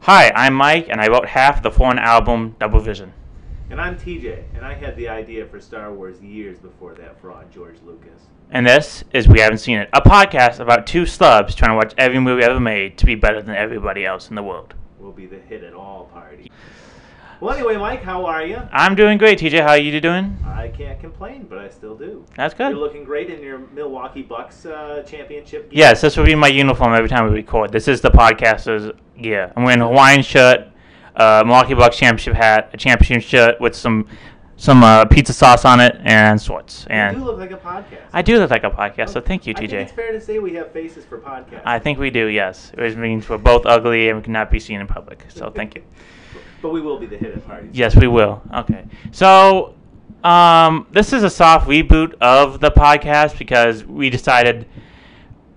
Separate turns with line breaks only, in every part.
Hi, I'm Mike, and I wrote half of the foreign album Double Vision.
And I'm TJ, and I had the idea for Star Wars years before that fraud, George Lucas.
And this is We Haven't Seen It, a podcast about two slubs trying to watch every movie ever made to be better than everybody else in the world.
We'll be the hit at all party. Well, anyway, Mike, how are you?
I'm doing great, TJ. How are you doing?
I can't complain, but I still do.
That's
You're
good.
looking great in your Milwaukee Bucks uh, championship gear.
Yes, this will be my uniform every time we record. This is the podcaster's gear. I'm wearing a Hawaiian shirt, a Milwaukee Bucks championship hat, a championship shirt with some some uh, pizza sauce on it, and shorts.
You do
And
look like a podcast.
I do look like a podcast, so thank you,
I think
TJ.
it's fair to say we have faces for podcasts.
I think we do, yes. Which means we're both ugly and we cannot be seen in public. So thank you.
But we will be the hit at parties.
Yes, we will. Okay. So um, this is a soft reboot of the podcast because we decided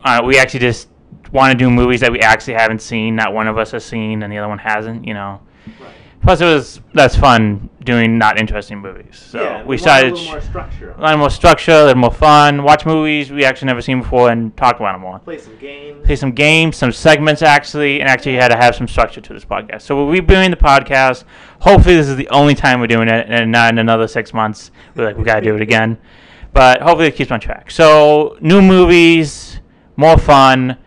uh, we actually just want to do movies that we actually haven't seen. Not one of us has seen and the other one hasn't, you know.
Right.
Plus, it was that's fun doing not interesting movies. So
yeah,
we
we want
started
a little more structure.
a lot more structure, a little more fun. Watch movies we actually never seen before and talk about them more
Play some games.
play some games, some segments actually, and actually had to have some structure to this podcast. So we're rebuilding the podcast. Hopefully, this is the only time we're doing it, and not in another six months. We're like, we gotta do it again. But hopefully, it keeps on track. So new movies, more fun.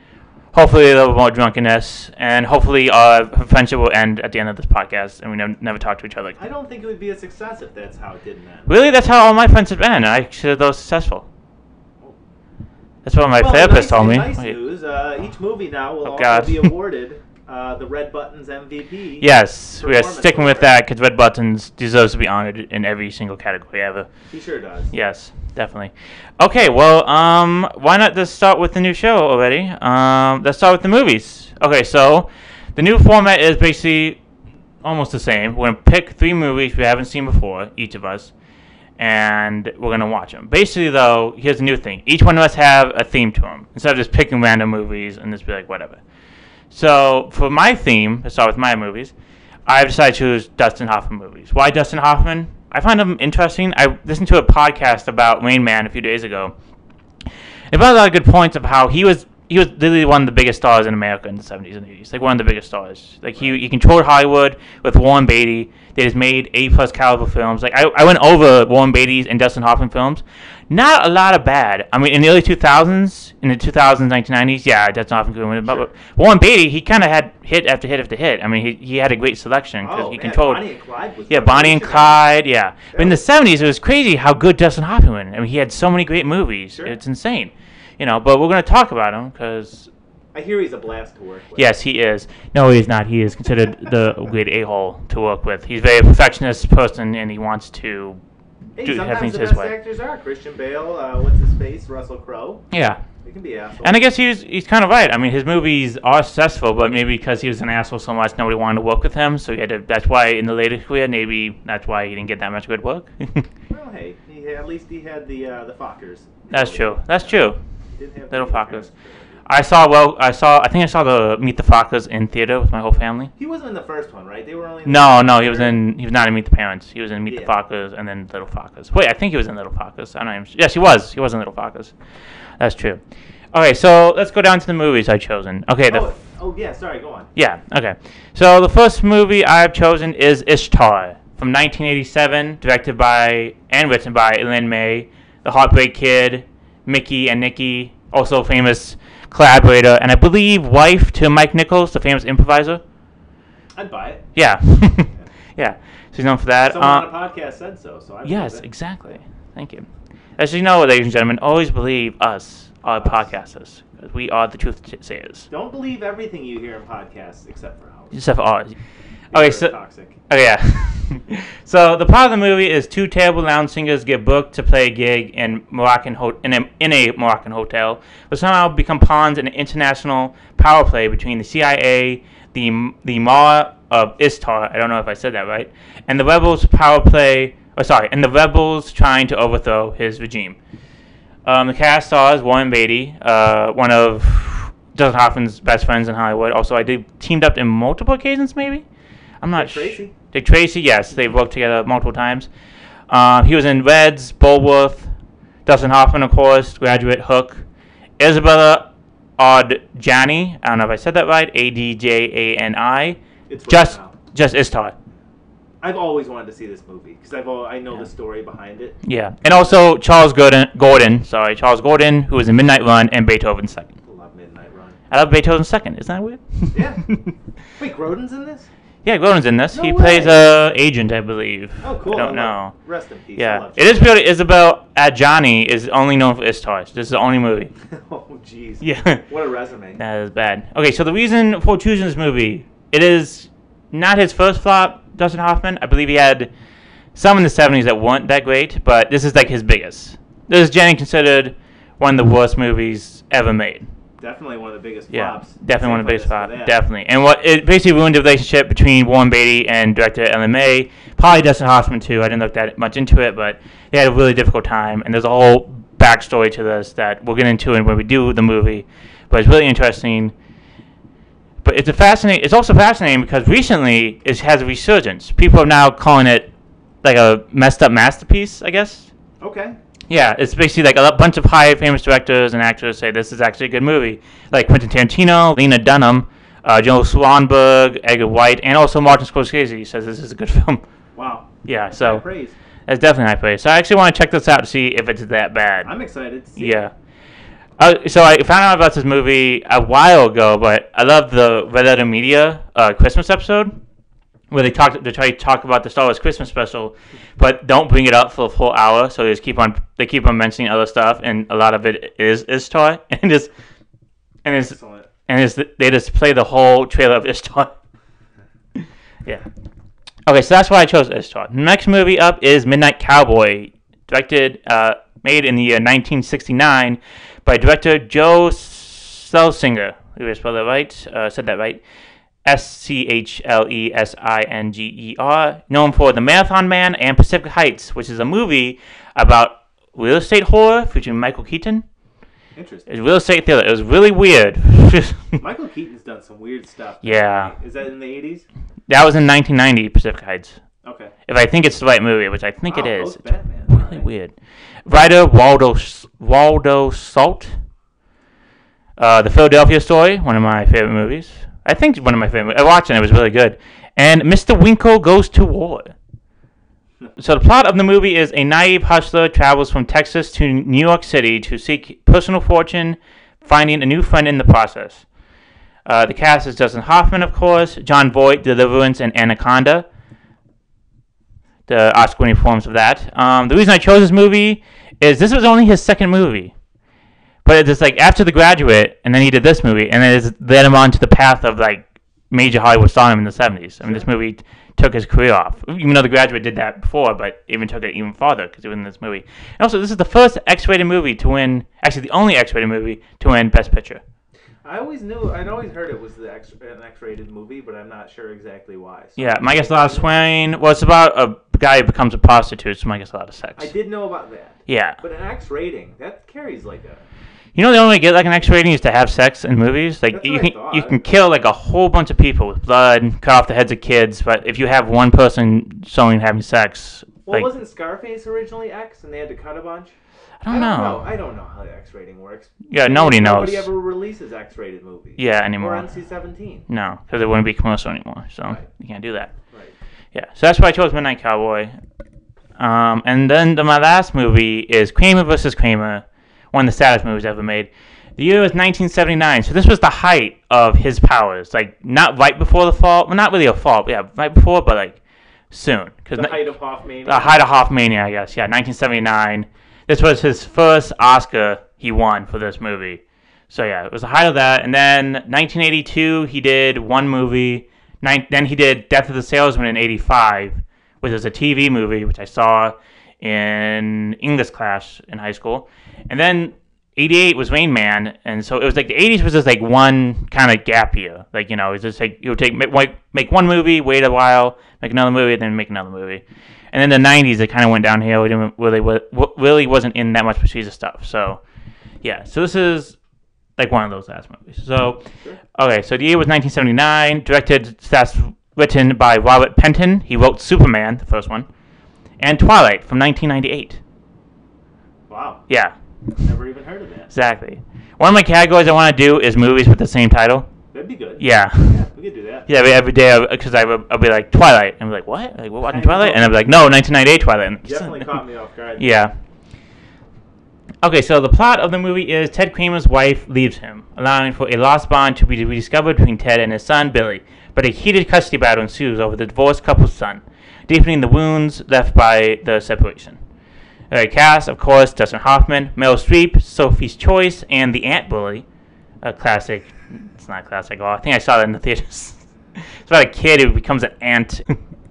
Hopefully, a little more drunkenness, and hopefully, our friendship will end at the end of this podcast, and we never, never talk to each other.
I
again.
don't think it would be a success if that's how it didn't end.
Really, that's how all my friendships end. and I consider those successful. That's what my
well,
therapist
nice,
told me.
Nice
Wait.
news. Uh, each movie now will
Oh,
also
God.
be awarded uh, the Red Buttons MVP.
Yes, we are
performance
sticking with
award.
that because Red Buttons deserves to be honored in every single category ever.
He sure does.
Yes, definitely. Okay, well, um, why not just start with the new show already? Um, let's start with the movies. Okay, so the new format is basically almost the same. We're gonna pick three movies we haven't seen before, each of us, and we're gonna watch them. Basically, though, here's the new thing: each one of us have a theme to them instead of just picking random movies and just be like whatever. So for my theme, let's start with my movies. I've decided to choose Dustin Hoffman movies. Why Dustin Hoffman? I find him interesting. I listened to a podcast about Rain Man a few days ago. It brought a lot of good points of how he was he was literally one of the biggest stars in America in the seventies and eighties. Like one of the biggest stars. Like he he controlled Hollywood with Warren Beatty. They just made A plus caliber films. Like I, I went over Warren Beatty's and Dustin Hoffman films. Not a lot of bad. I mean, in the early two thousands, in the 2000s, 1990s, yeah, Dustin Hoffman could win. But Warren Beatty, he kind of had hit after hit after hit. I mean, he, he had a great selection because
Oh,
he
man,
controlled.
Bonnie and Clyde was
Yeah, Bonnie and
revolutionary.
Clyde. Yeah, but in the seventies, it was crazy how good Dustin Hoffman. was. I mean, he had so many great movies.
Sure.
It's insane, you know. But we're gonna talk about him because
I hear he's a blast to work with.
yes, he is. No, he's not. He is considered the great a hole to work with. He's a very perfectionist person, and he wants to.
Hey,
Dude, have
sometimes
things
the
his
best
way.
actors are Christian Bale. Uh, what's his face? Russell Crowe.
Yeah,
It can be assholes.
and I guess he's he's kind of right. I mean, his movies are successful, but maybe because he was an asshole so much, nobody wanted to work with him. So he had to. That's why in the later career, maybe that's why he didn't get that much good work.
well, hey, he, at least he had the uh, the Fockers.
that's true. That's true.
Didn't have
Little
the
Fockers.
parents.
I saw well. I saw. I think I saw the Meet the Fockers in theater with my whole family.
He wasn't in the first one, right? They were only. in the
No,
second
no,
one,
he was
right?
in. He was not in Meet the Parents. He was in Meet the
Yeah.
Fockers and then Little Fockers. Wait, I think he was in Little Fockers. I don't even. Yes, he was. He was in Little Fockers. That's true. Okay, so let's go down to the movies I've chosen. Okay, the
Oh, oh yeah. Sorry. Go on.
yeah. Okay. So the first movie I've chosen is Ishtar from 1987, directed by and written by Lin May, the Heartbreak Kid, Mickey and Nikki, also famous collaborator and I believe wife to Mike Nichols, the famous improviser.
I'd buy it.
Yeah. yeah. She's known for that.
Someone
Uh,
on a podcast said so. So I. believe
Yes,
it.
exactly. Thank you. As you know, ladies and gentlemen, always believe us, our
Us.
podcasters. 'cause We are the truth sayers.
Don't believe everything you hear in podcasts except for ours.
Except for ours.
These
Okay,
are
so
toxic.
Oh yeah. so the plot of the movie is two terrible lounge singers get booked to play a gig in Moroccan ho- in, a, in a Moroccan hotel, but somehow become pawns in an international power play between the CIA, the the Mara of Istar. I don't know if I said that right, and the rebels' power play. Oh, sorry, and the rebels trying to overthrow his regime. Um, the cast stars Warren Beatty, uh, one of Dustin Hoffman's best friends in Hollywood. Also, I did teamed up in multiple occasions, maybe. I'm not
Dick
sure.
Tracy?
Dick Tracy, yes, they've worked together multiple times. Um, he was in Reds, Bullworth, Dustin Hoffman, of course, Graduate, Hook, Isabella Oddjani. I don't know if I said that right. A D J A N I.
It's right
Just,
now.
just Ishtar.
I've always wanted to see this movie because I've all, I know the story behind it.
Yeah, and also Charles Gordon, Gordon, sorry, Charles Gordon, who was in Midnight Run and Beethoven's Second.
Love Midnight Run.
I love Beethoven's Second. Isn't that weird?
Yeah. Wait, Grodin's in this?
yeah, Gordon's in this.
No
he plays
way.
a agent, I believe.
Oh, cool.
I don't know.
love- Rest in peace. I
Yeah,
love
it is
Charles.
beautiful. Isabel Adjani uh, is only known for Ishtar. This is the only movie.
oh, jeez.
Yeah.
What a resume.
That is bad. Okay, so the reason for choosing this movie, it is not his first flop, Dustin Hoffman. I believe he had some in the 70s that weren't that great, but this is like his biggest. This is generally considered one of the worst movies ever made.
Definitely one of the biggest
Yeah,
flops.
definitely one of the biggest
Same
flops.
place for that.
Definitely. And what it basically ruined the relationship between Warren Beatty and director Ellen May. Probably Dustin Hoffman too. I didn't look that much into it, but they had a really difficult time. And there's a whole backstory to this that we'll get into when we do the movie. But it's really interesting. But it's a fascinating. It's also fascinating because recently it has a resurgence. People are now calling it like a messed up masterpiece. I guess.
Okay.
Yeah, it's basically like a lo- bunch of high famous directors and actors say this is actually a good movie, like Quentin Tarantino, Lena Dunham, uh, Joe Swanberg, Edgar White, and also Martin Scorsese says this is a good film.
Wow.
Yeah, so
High praise.
that's definitely high praise. So I actually want to check this out to see if it's that bad.
I'm excited to see it.
yeah. Uh, so I found out about this movie a while ago, but I love the Red Letter Media uh, Christmas episode where they talk they try to talk about the Star Wars Christmas special, but don't bring it up for a full hour. So they just keep on they keep on mentioning other stuff, and a lot of it is Ishtar, and just and it's
Excellent.
and it's they just play the whole trailer of Ishtar. yeah. Okay, so that's why I chose Ishtar. Next movie up is Midnight Cowboy, directed uh, made in the year 1969 by director Joe Selsinger. Did I spell that right? Uh, said that right. S C H L E S I N G E R, known for The Marathon Man and Pacific Heights, which is a movie about real estate horror featuring Michael Keaton.
Interesting.
It's real estate thriller. It was really weird.
Michael Keaton's done some weird stuff.
yeah,
Is that in the 80s?
that was in 1990, Pacific Heights.
Okay.
If I think it's the right movie, which I think it
Wow,
is,
post Batman.
really weird. Writer Waldo Waldo Salt. Uh, the Philadelphia Story, one of my favorite movies. I think it's one of my favorite. I watched it; it was really good. And Mr. Winkle goes to war. So the plot of the movie is a naive hustler travels from Texas to New York City to seek personal fortune, finding a new friend in the process. Uh, the cast is Dustin Hoffman, of course, John Voight, Deliverance, and Anaconda the Oscar winning forms of that. Um, the reason I chose this movie is this was only his second movie. But it's just like after The Graduate, and then he did this movie, and then it just led him on to the path of like major Hollywood stardom in the 70s. I mean, this movie t- took his career off. Even though The Graduate did that before, but even took it even farther because it was in this movie. And also, this is the first X rated movie to win, actually, the only X rated movie to win Best Picture.
I always knew, I'd always heard it was the X, an X-rated movie, but I'm not sure exactly why. So
Yeah, my guess a lot of swearing. Well, it's about a guy who becomes a prostitute, so my guess a lot of sex.
I did know about that.
Yeah.
But an X rating, that carries like a.
You know the only way to get like an X rating is to have sex in movies. Like
That's
you
what I
can you
thought.
can kill like a whole bunch of people with blood, cut off the heads of kids, but if you have one person showing having sex,
Well,
like
wasn't Scarface originally X and they had to cut a bunch?
I don't know.
I don't know how the X rating works.
Yeah, nobody knows.
Nobody ever releases X rated movies.
Yeah,
Or
anymore.
NC 17.
No, because it wouldn't be commercial anymore. So
Right.
you can't do that.
Right.
Yeah, so that's why I chose Midnight Cowboy. Um, and then the, my last movie is Kramer versus Kramer, one of the saddest movies ever made. The year was 1979, so this was the height of his powers. Like not right before the fall, well, not really a fall, but yeah, right before, but like soon. Cause
The
ni-
height of Hoffman.
the height of Hoffmania, I guess. Yeah, 1979. This was his first Oscar he won for this movie. So yeah, it was the height of that. And then 1982, he did one movie. Nin- then he did Death of the Salesman in '85, which was a TV movie, which I saw in English class in high school. And then '88 was Rain Man, and so it was like the '80s was just like one kind of gap year. Like you know, it's just like you would take make, like, make one movie, wait a while, make another movie, then make another movie. And then the '90s, it kind of went downhill. It didn't really wa- wa- really wasn't in that much prestigious stuff. So yeah, so this is like one of those last movies. So, okay, so the year was 1979. Directed, that's written by Robert Penton. He wrote Superman, the first one, and Twilight from 1998.
Wow.
Yeah,
Never even heard of that.
exactly. One of my categories I want to do is movies with the same title.
That'd be good.
Yeah.
Yeah, we could do that.
Yeah, but every day because I would, I'd be like Twilight, and I'd be like, "What? Like we're watching Twilight?" And I'd be like, "No, 1998 Twilight." And
Definitely caught me off guard.
Yeah. Okay, so the plot of the movie is Ted Kramer's wife leaves him, allowing for a lost bond to be rediscovered between Ted and his son Billy. But a heated custody battle ensues over the divorced couple's son, deepening the wounds left by the separation. All right, cast, of course, Dustin Hoffman, Meryl Streep, Sophie's Choice, and the Ant Bully, a classic. It's not classic at all. I think I saw that in the theaters. it's about a kid who becomes an ant.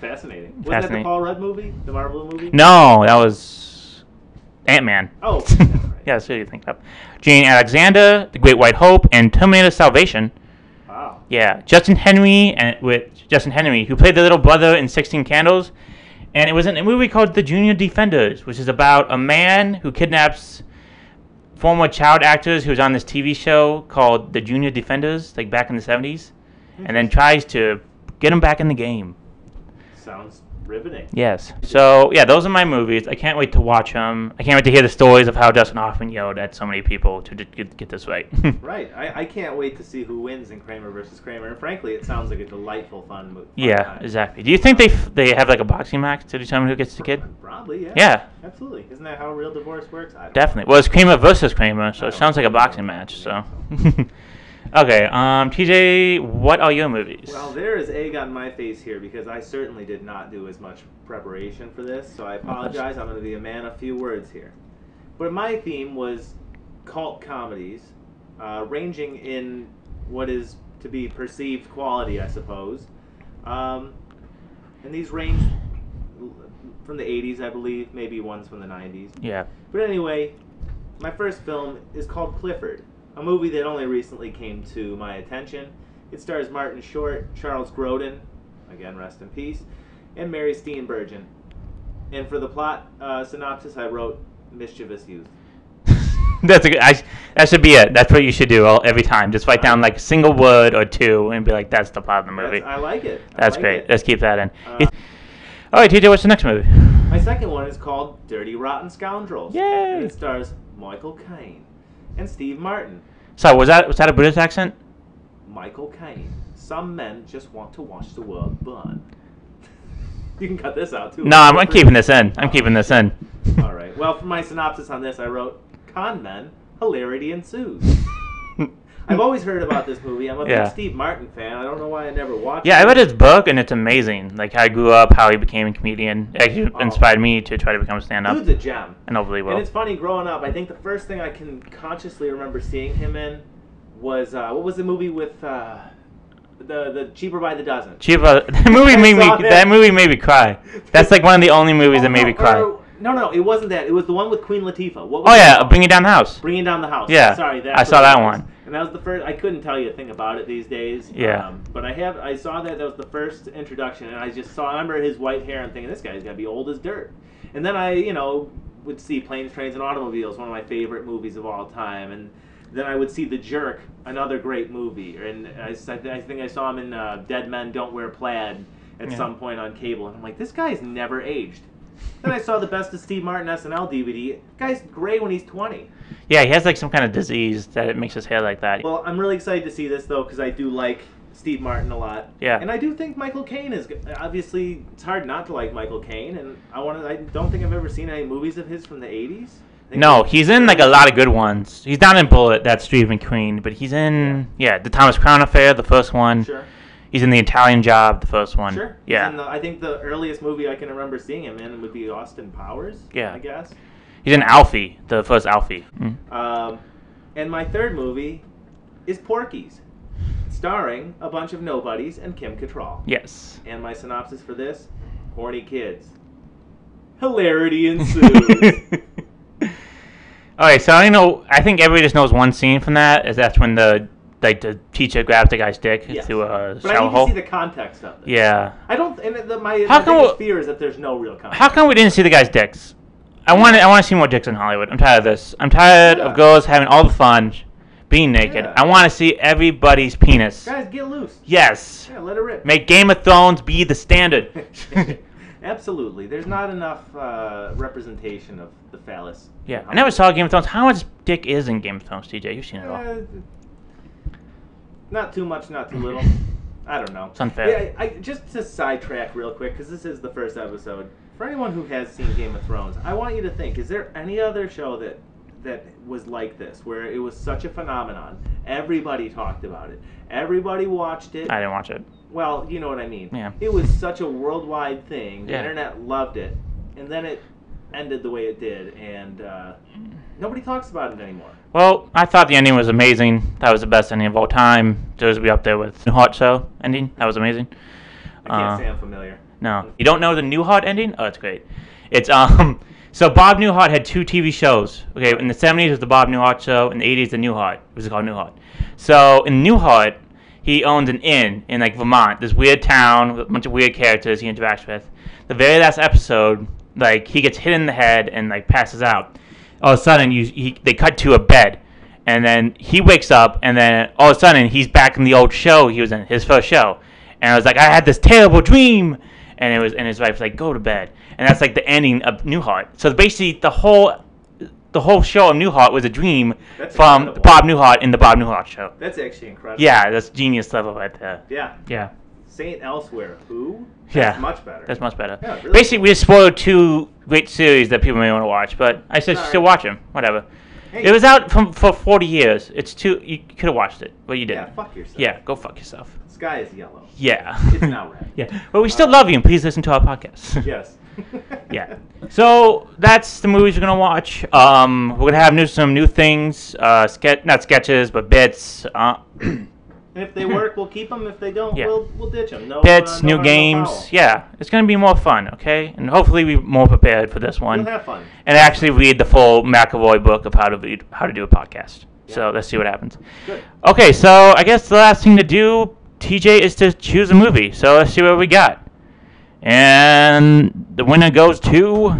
Fascinating. Wasn't that the
Fascinating.
Paul Rudd movie? The Marvel movie?
No, that was Ant Man.
Oh, that's right.
yeah, that's what you think of. Jane Alexander, The Great White Hope, and Terminator Salvation.
Wow.
Yeah, Justin Henry and with Justin Henry, who played the little brother in Sixteen Candles, and it was in a movie called The Junior Defenders, which is about a man who kidnaps former child actors who was on this TV show called The Junior Defenders, like back in the seventies, and then tries to get him back in the game.
Sounds riveting.
Yes. So yeah, those are my movies. I can't wait to watch them. I can't wait to hear the stories of how Dustin Hoffman yelled at so many people to d- get, get this right.
Right. I, I can't wait to see who wins in Kramer versus Kramer. And frankly, it sounds like a delightful, fun movie.
yeah, exactly. Do you think they f- they have like a boxing match to determine who gets the kid?
Probably, yeah.
Yeah.
Absolutely. Isn't that how real divorce works? I don't
Definitely. Well, it's Kramer versus Kramer, so
I
it
don't
sounds like a boxing match. So. okay. Um, TJ, what are your movies?
Well, there is egg on my face here because I certainly did not do as much preparation for this, so I apologize. I'm going to be a man of few words here. But my theme was cult comedies, uh, ranging in what is to be perceived quality, I suppose. Um, and these range from the 80s, I believe, maybe ones from the 90s.
yeah.
But anyway, my first film is called Clifford, a movie that only recently came to my attention. It stars Martin Short, Charles Grodin, again rest in peace, and Mary Steenburgen. And for the plot uh, synopsis, I wrote mischievous youth.
That's a good. I, that should be it. That's what you should do all, every time. Just write down like a single word or two and be like, "That's the plot of the movie."
That's, I like it. I
That's
like
great.
it.
Let's keep that in.
Uh,
All right, TJ, what's the next movie?
My second one is called Dirty Rotten Scoundrels.
Yay!
And it stars Michael Caine and Steve Martin.
So was that was that a British accent?
Michael Caine. Some men just want to watch the world burn. you can cut this out too.
No, I'm, I'm keeping this in. I'm keeping this in.
All right. Well, for my synopsis on this, I wrote con men hilarity ensues. I've always heard about this movie. I'm a
Yeah.
big Steve Martin fan. I don't know why I never watched.
Yeah,
it.
I read his book and it's amazing. Like how he grew up, how he became a comedian. It actually
Oh.
inspired me to try to become a stand-up,
Dude's a gem.
and hopefully
And
will.
it's funny growing up. I think the first thing I can consciously remember seeing him in was uh, what was the movie with uh, the the cheaper by the dozen.
Chiba, that movie
I
made me.
saw
That.
that.
movie made me cry. That's like one of the only movies that
Oh,
made
no,
me cry.
or- No, no, it wasn't that. It was the one with Queen Latifah. What was
Oh
it
yeah,
called?
Bring It Down the House.
Bringing down the house.
Yeah,
Sorry,
I
that's
saw
what it
that
was.
one.
And that was the first. I couldn't tell you a thing about it these days.
Yeah.
Um, but I have. I saw that. That was the first introduction, and I just saw. I remember his white hair. and thinking this guy's gotta be old as dirt. And then I, you know, would see Planes, Trains, and Automobiles, one of my favorite movies of all time, and. Then I would see The Jerk, another great movie, and I, s- I th- I think I saw him in uh, Dead Men Don't Wear Plaid at
Yeah.
some point on cable, and I'm like, this guy's never aged. then I saw the Best of Steve Martin SNL DVD. Guy's gray when he's 20.
Yeah, he has like some kind of disease that it makes his hair like that.
Well, I'm really excited to see this though because I do like Steve Martin a lot.
Yeah.
And I do think Michael Caine is g- obviously it's hard not to like Michael Caine, and I want to. I don't think I've ever seen any movies of his from the '80s. I think
No, he's in like a lot of good ones. He's not in Bullet, that's Stephen Queen, but he's in yeah, the Thomas Crown Affair, the first one.
Sure.
He's in the Italian Job, the first one.
Sure. He's
Yeah.
in the- I think the earliest movie I can remember seeing him in would be Austin Powers.
Yeah.
I guess.
he's in Alfie, the first Alfie. Mm.
Um, and my third movie is Porky's, starring a bunch of nobodies and Kim Cattrall.
Yes.
And my synopsis for this: horny kids. Hilarity ensues.
All right, so I know. I think everybody just knows one scene from that. Is that's when the like the teacher grabs the guy's dick
Yes.
through a
But I
shower
need
uh, hole.
to see the context of this.
yeah.
I don't. And the, my,
How
my
come
biggest
we-
fear is that there's no real context.
How come we didn't see the guys' dicks? I want I want to see more dicks in Hollywood. I'm tired of this. I'm tired
Yeah.
of girls having all the fun, being naked.
Yeah.
I want to see everybody's penis.
Guys, get loose.
Yes.
Yeah, let it rip.
Make Game of Thrones be the standard.
Absolutely. There's not enough uh, representation of the phallus. Um,
yeah. I never saw Game of Thrones. How much dick is in Game of Thrones, TJ? You've seen it all.
Uh, Not too much, not too little. I don't know.
It's unfair.
Yeah, I, I, just to sidetrack real quick, because this is the first episode. For anyone who has seen Game of Thrones, I want you to think: Is there any other show that that was like this, where it was such a phenomenon? Everybody talked about it. Everybody watched it.
I didn't watch it.
Well, you know what I mean.
Yeah.
It was such a worldwide thing. The
Yeah.
internet loved it, and then it ended the way it did, and uh, nobody talks about it anymore.
Well, I thought the ending was amazing. That was the best ending of all time. Just be up there with New Hot Show ending. That was amazing.
I can't
Uh,
say I'm familiar.
No, you don't know the Newhart ending? Oh, it's great. It's um. So Bob Newhart had two TV shows. Okay, in the '70s it was the Bob Newhart show, in the '80s the Newhart. It was called Newhart. So in Newhart, he owned an inn in like Vermont, this weird town with a bunch of weird characters he interacts with. The very last episode, like he gets hit in the head and like passes out. All of a sudden, you he, they cut to a bed, and then he wakes up, and then all of a sudden he's back in the old show he was in, his first show. And I was like, I had this terrible dream and it was and his wife's like go to bed and that's like the ending of newhart so basically the whole the whole show of newhart was a dream
That's
from
incredible.
bob newhart in the bob newhart show
That's actually incredible.
yeah that's genius level right there
Yeah.
yeah
Saint Elsewhere. Who?
Yeah.
That's much better.
that's much better
Yeah, really.
basically we just spoiled two great series that people may want to watch but i said
Sorry.
still watch them whatever
Hey.
it was out from, for 40 years it's too you could have watched it but you
Yeah,
didn't
fuck yourself.
yeah go fuck yourself
Sky is yellow.
yeah
It's not red.
yeah but we still love you and please listen to our podcast
Yes.
yeah. So that's the movies we're gonna watch. Um, we're gonna have new some new things, uh, sketch not sketches but bits, uh,
And if they work, we'll keep them. If they don't,
Yeah.
we'll we'll ditch them. No, uh,
bits,
no
new
harm, no
games.
foul.
yeah, it's gonna be more fun, okay? And hopefully we're more prepared for this one
We'll have fun.
and actually read the full McAvoy book of how to read, how to do a podcast. So let's see what happens.
Good.
Okay, so I guess the last thing to do, TJ, is to choose a movie. So let's see what we got. And the winner goes to.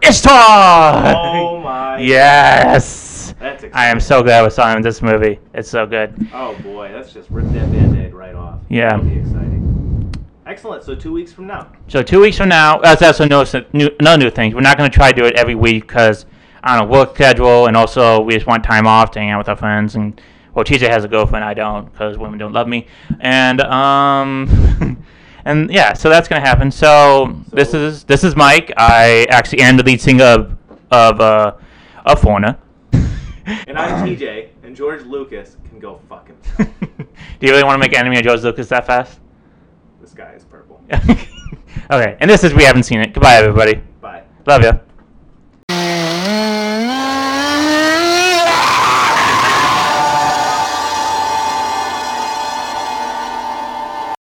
It's Todd!
Oh my.
Yes!
That's exciting.
I am so glad we saw him in this movie. It's so good.
Oh boy, that's just ripped that band-aid right off.
Yeah.
That'll be exciting. Excellent. So two weeks from now.
So two weeks from now, uh, that's also no, new, another new thing. We're not going to try to do it every week because on a work schedule, and also we just want time off to hang out with our friends. And well, TJ has a girlfriend, I don't, because women don't love me. And um, and yeah, so that's going to happen. So, this
So-
is this is Mike. I actually am the lead singer of of uh, of Foreigner.
And I'm TJ, and George Lucas can go fuck himself.
do you really want to make enemy of George Lucas that fast?
the sky is purple.
okay, and this is we haven't seen it. Goodbye, everybody.
Bye.
Love you.